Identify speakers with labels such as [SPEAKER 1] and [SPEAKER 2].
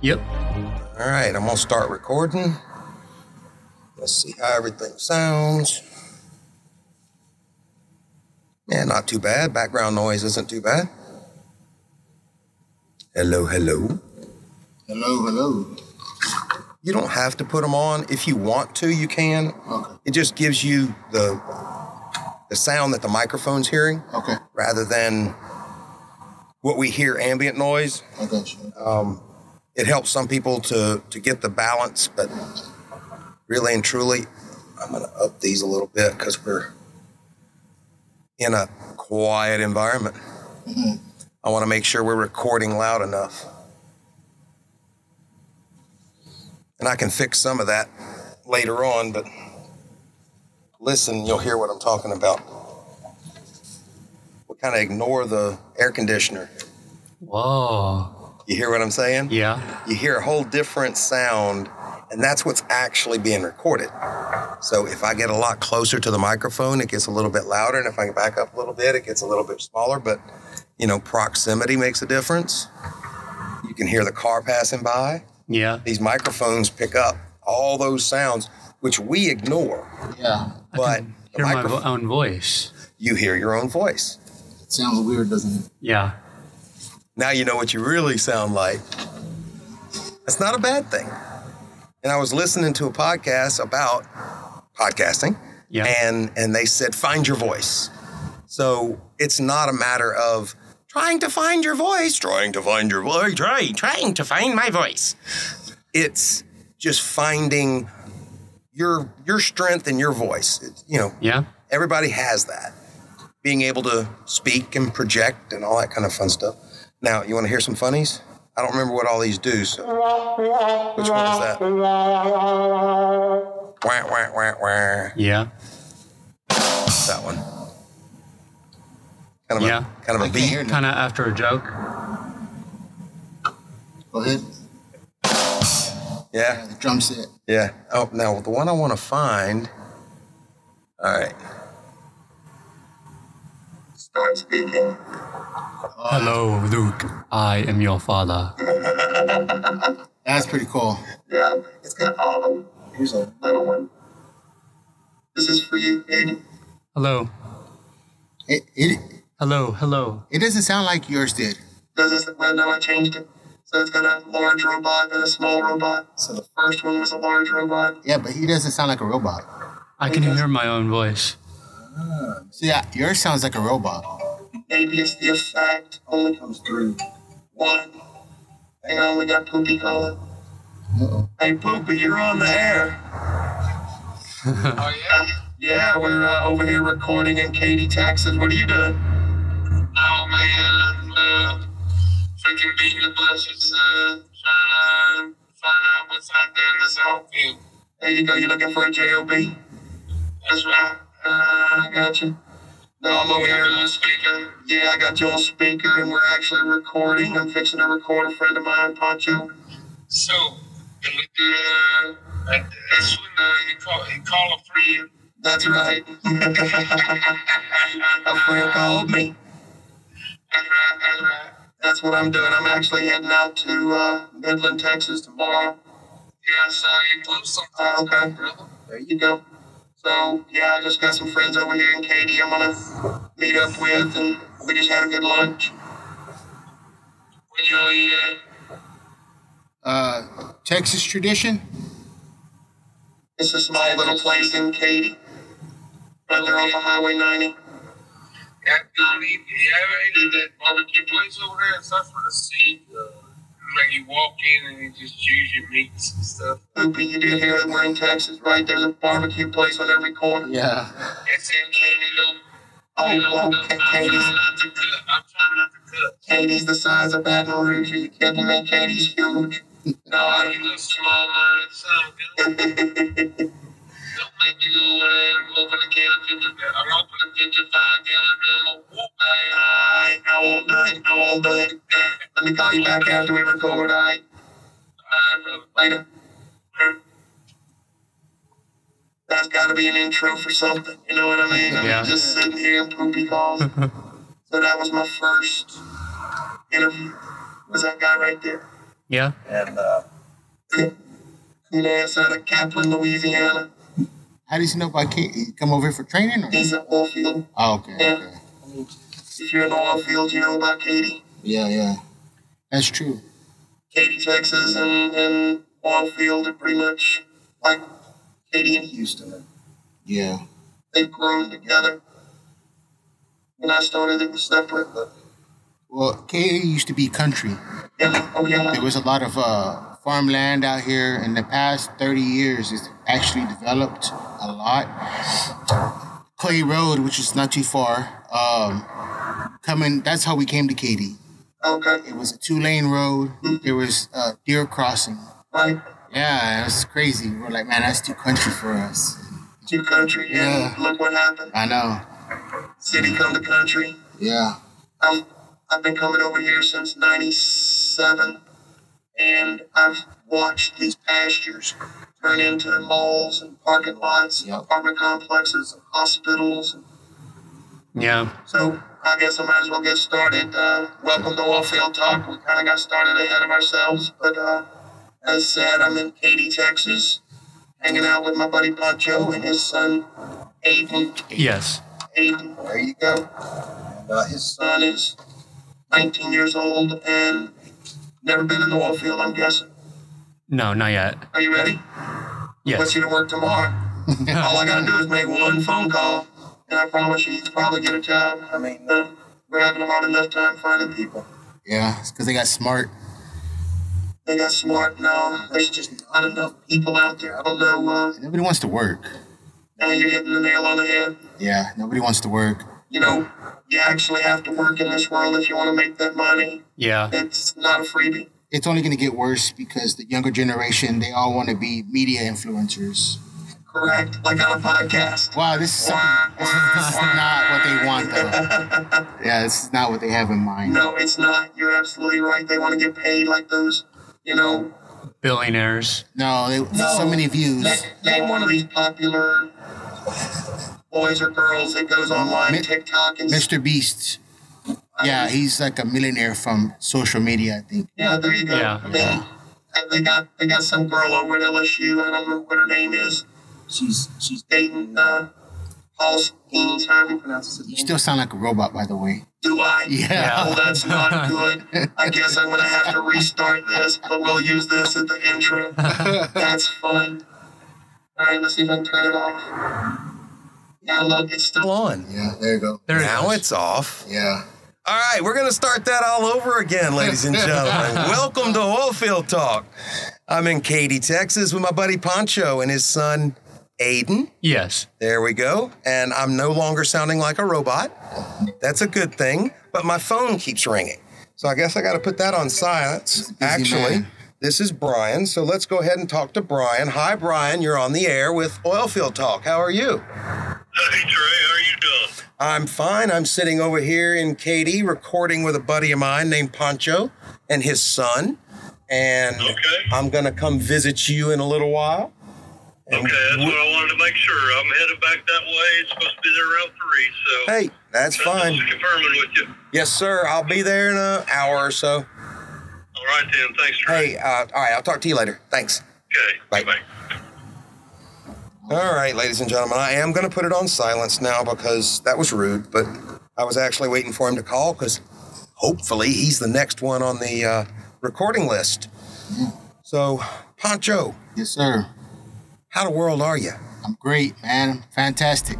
[SPEAKER 1] Yep.
[SPEAKER 2] All right, I'm gonna start recording. Let's see how everything sounds. Yeah, not too bad. Background noise isn't too bad. Hello, hello.
[SPEAKER 3] Hello, hello.
[SPEAKER 2] You don't have to put them on. If you want to, you can.
[SPEAKER 3] Okay,
[SPEAKER 2] It just gives you the the sound that the microphone's hearing
[SPEAKER 3] okay,
[SPEAKER 2] rather than what we hear ambient noise.
[SPEAKER 3] I got you.
[SPEAKER 2] Um, it helps some people to to get the balance, but really and truly, I'm going to up these a little bit because we're in a quiet environment.
[SPEAKER 3] Mhm.
[SPEAKER 2] I want to make sure we're recording loud enough, and I can fix some of that later on. But listen, you'll hear what I'm talking about. We kind of ignore the air conditioner.
[SPEAKER 1] Whoa.
[SPEAKER 2] You hear what I'm saying?
[SPEAKER 1] Yeah.
[SPEAKER 2] you hear a whole different sound, and that's what's actually being recorded. So if I get a lot closer to the microphone, it gets a little bit louder, and if I can back up a little bit, it gets a little bit smaller. But you know, proximity makes a difference. You can hear the car passing by.
[SPEAKER 1] Yeah.
[SPEAKER 2] These microphones pick up all those sounds, which we ignore,
[SPEAKER 3] Yeah,
[SPEAKER 2] but the
[SPEAKER 1] Hear my vo-
[SPEAKER 2] microph-
[SPEAKER 1] own voice.
[SPEAKER 2] you hear your own voice.
[SPEAKER 3] it sounds weird, doesn't it?
[SPEAKER 1] Yeah.
[SPEAKER 2] Now you know what you really sound like. That's not a bad thing. And I was listening to a podcast about podcasting,
[SPEAKER 1] Yeah.
[SPEAKER 2] and and they said find your voice. So it's not a matter of trying to find your voice, trying to find your voice, trying trying to find my voice. It's just finding your your strength and your voice. It's, you know,
[SPEAKER 1] yeah.
[SPEAKER 2] everybody has that being able to speak and project and all that kind of fun stuff now you want to hear some funnies i don't remember what all these do so which one is that wah, wah, wah, wah.
[SPEAKER 1] Yeah.
[SPEAKER 2] that one kind of
[SPEAKER 1] Yeah.
[SPEAKER 2] a kind of a
[SPEAKER 3] I can't
[SPEAKER 2] beat
[SPEAKER 3] hear that.
[SPEAKER 1] Kind of after a joke.
[SPEAKER 3] Go ahead.
[SPEAKER 2] yeah
[SPEAKER 3] Yeah, the drum set.
[SPEAKER 2] yeah oh now the one i want to find all right
[SPEAKER 4] Start speaking.
[SPEAKER 1] Hello, Luke. I am your father.
[SPEAKER 3] That's pretty cool.
[SPEAKER 4] Yeah, it's got all of them.
[SPEAKER 3] Here's a
[SPEAKER 4] Little one. This is for you, baby.
[SPEAKER 1] Hello.
[SPEAKER 3] it, it,
[SPEAKER 1] Hello. Hello.
[SPEAKER 3] it doesn't sound like yours did.
[SPEAKER 4] This is the window I changed it. So it's got a large robot and a small robot. So the first one was a large robot.
[SPEAKER 3] Yeah, but he doesn't sound like a robot.
[SPEAKER 1] I can hear my own voice.
[SPEAKER 3] So yeah, yours sounds like a robot.
[SPEAKER 4] Maybe it's the effect. Only comes through. One. And I only got poopy color.
[SPEAKER 3] Uh-oh.
[SPEAKER 4] Hey, poopy, you're on the air. oh, yeah? Yeah, we're uh, over here recording in Katy, Texas. What are you doing? Oh, man. Uh, freaking beating the bushes. Uh, trying to find out what's out there in this outfield. There you go. You're looking for a JOB? That's right. Uh, I got you. No, I'm over here on speaker. Yeah, I got you on speaker, and we're actually recording. I'm fixing to record a friend of mine, Poncho. So, can we do that? Uh, that's when uh, you call you call a friend. That's right. a friend called me. That's right. That's right. That's what I'm doing. I'm actually heading out to uh, Midland, Texas tomorrow. Yeah, so you close sometimes, okay. There you go. So yeah, I just got some friends over here in Katy. I'm gonna meet up with, and we just had a good lunch. When you know, yeah.
[SPEAKER 3] Uh, Texas tradition?
[SPEAKER 4] It's a small little place in Katy. Right there off of Highway 90. Yeah, don't eat. Yeah, right. That barbecue place over there, it's not for the sea. Like you walk in and you just choose your meats and stuff. Loopy, you do hear that we're in Texas, right? There's a barbecue place on every corner.
[SPEAKER 3] Yeah.
[SPEAKER 4] It's in Katy. Oh, okay, Katie's. I'm trying not to cook. I'm trying not to cook. Katie's the size of Baton Rouge. Are you kidding me? Katie's huge. No, I ain't a small man. It sounds good. Don't make me go over there and open a can of 55. I'm opening 55 gallon drum. I, I won't do it. I won't do it. Let me call you back after we record. I, I, later. That's got to be an intro for something. You know what I mean? I'm
[SPEAKER 1] Yeah.
[SPEAKER 4] just sitting here in poopy calls. so that was my first interview. Was that guy right there?
[SPEAKER 1] Yeah.
[SPEAKER 2] and uh,
[SPEAKER 4] Cool ass out of Kaplan, Louisiana.
[SPEAKER 3] How does he know about Kate? He come over here for training or?
[SPEAKER 4] He's an oil field.
[SPEAKER 3] Oh, okay, okay.
[SPEAKER 4] If you're in oil field, you know about Katie.
[SPEAKER 3] Yeah, yeah. That's true.
[SPEAKER 4] Katy, Texas, and, and oil field are pretty much like Katy and Houston.
[SPEAKER 3] Yeah.
[SPEAKER 4] They've grown together. When I started, it was separate, but
[SPEAKER 3] Well, Katie used to be country.
[SPEAKER 4] yeah, oh
[SPEAKER 3] There
[SPEAKER 4] yeah.
[SPEAKER 3] was a lot of uh, farmland out here in the past 30 years. It's actually developed a lot. Clay Road, which is not too far, um, coming, that's how we came to Katy.
[SPEAKER 4] Okay,
[SPEAKER 3] It was a two lane road, there was uh, deer crossing.
[SPEAKER 4] right.
[SPEAKER 3] Yeah, it was crazy. We're like, man, that's too country for us.
[SPEAKER 4] Two country,
[SPEAKER 3] Yeah.
[SPEAKER 4] and look what happened.
[SPEAKER 3] I know.
[SPEAKER 4] City come to country.
[SPEAKER 3] Yeah.
[SPEAKER 4] I've, Um, I've been coming over here since 97, and I've watched these pastures turn into malls and parking lots, and
[SPEAKER 3] Yep.
[SPEAKER 4] apartment complexes, and hospitals.
[SPEAKER 1] Yeah.
[SPEAKER 4] So I guess I might as well get started. Uh, welcome to Oilfield Talk. We kind of got started ahead of ourselves, but uh, as said, I'm in Katy, Texas, hanging out with my buddy Poncho and his son, Aiden.
[SPEAKER 1] Yes.
[SPEAKER 4] Aiden, there you go
[SPEAKER 2] uh, his
[SPEAKER 4] son is 19 years old and never been in the oil field, I'm guessing.
[SPEAKER 1] No, not yet.
[SPEAKER 4] Are you ready? What's
[SPEAKER 1] Yes.
[SPEAKER 4] you to work tomorrow? All I gotta do is make one phone call, and I promise you, you can probably get a job. I mean, uh, we're having a hard enough time finding people.
[SPEAKER 3] Yeah, it's because they got smart.
[SPEAKER 4] They got smart now. There's just not enough people out there. I don't know. Uh,
[SPEAKER 3] Nobody wants to work.
[SPEAKER 4] and you're hitting the nail on the head.
[SPEAKER 3] Yeah, nobody wants to work.
[SPEAKER 4] You know, you actually have to work in this world if you want to make that money.
[SPEAKER 1] Yeah.
[SPEAKER 4] It's not a freebie.
[SPEAKER 3] It's only going to get worse because the younger generation, they all want to be media influencers.
[SPEAKER 4] Correct. Like on a podcast.
[SPEAKER 3] Wow, this is, something, this is, this is not what they want, though. Yeah, this is not what they have in mind.
[SPEAKER 4] No, it's not. You're absolutely right. They want to get paid like those, you know.
[SPEAKER 1] Billionaires.
[SPEAKER 3] No, they, so many views.
[SPEAKER 4] Name, name one of these popular boys or girls that goes online,
[SPEAKER 3] Mi-
[SPEAKER 4] TikTok, and
[SPEAKER 3] Mr. Beast. Yeah, he's like a millionaire from social media, I think.
[SPEAKER 4] yeah, there you go.
[SPEAKER 1] Yeah.
[SPEAKER 4] They, and they got they got some girl over at LSU. I don't know what her name is. She's she's dating uh, Paul Steen's. How do you pronounce his
[SPEAKER 3] You
[SPEAKER 4] name?
[SPEAKER 3] still sound like a robot, by the way.
[SPEAKER 4] Do I?
[SPEAKER 3] Yeah.
[SPEAKER 4] Well, Oh, that's not good. I guess I'm gonna have to restart this, but we'll use this at the intro. That's fun. All right, let's see if I can turn it off. Yeah, look, it's
[SPEAKER 2] still
[SPEAKER 4] still
[SPEAKER 2] on.
[SPEAKER 3] Yeah, there you go.
[SPEAKER 1] There it
[SPEAKER 2] Now
[SPEAKER 1] goes.
[SPEAKER 2] it's off.
[SPEAKER 3] Yeah.
[SPEAKER 2] All right, we're gonna start that all over again, ladies and gentlemen. Welcome to Oilfield Talk. I'm in Katy, Texas, with my buddy Poncho and his son Aiden.
[SPEAKER 1] Yes.
[SPEAKER 2] There we go. And I'm no longer sounding like a robot. That's a good thing. But my phone keeps ringing, so I guess I got to put that on silence.
[SPEAKER 3] man.
[SPEAKER 2] Actually, this is Brian. So let's go ahead and talk to Brian. Hi, Brian. You're on the air with Oilfield Talk. How are you?
[SPEAKER 5] Hey Trey, how are you doing?
[SPEAKER 2] I'm fine. I'm sitting over here in Katy recording with a buddy of mine named Pancho and his son. And
[SPEAKER 5] Okay.
[SPEAKER 2] I'm going to come visit you in a little while. And
[SPEAKER 5] Okay, that's what I wanted to make sure. I'm headed back that way. It's supposed to be there around three, so
[SPEAKER 2] Hey, that's
[SPEAKER 5] I'm
[SPEAKER 2] fine.
[SPEAKER 5] just confirming with you.
[SPEAKER 2] Yes, sir. I'll be there in an hour or so.
[SPEAKER 5] All right then, thanks, Trey.
[SPEAKER 2] Hey, uh, all right. I'll talk to you later. Thanks.
[SPEAKER 5] Okay.
[SPEAKER 2] Bye.
[SPEAKER 5] Bye.
[SPEAKER 2] All right, ladies and gentlemen, I am going to put it on silence now because that was rude, but I was actually waiting for him to call because hopefully he's the next one on the uh, recording list. So, Pancho,
[SPEAKER 3] Yes, sir.
[SPEAKER 2] how the world are you?
[SPEAKER 3] I'm great, man. I'm fantastic.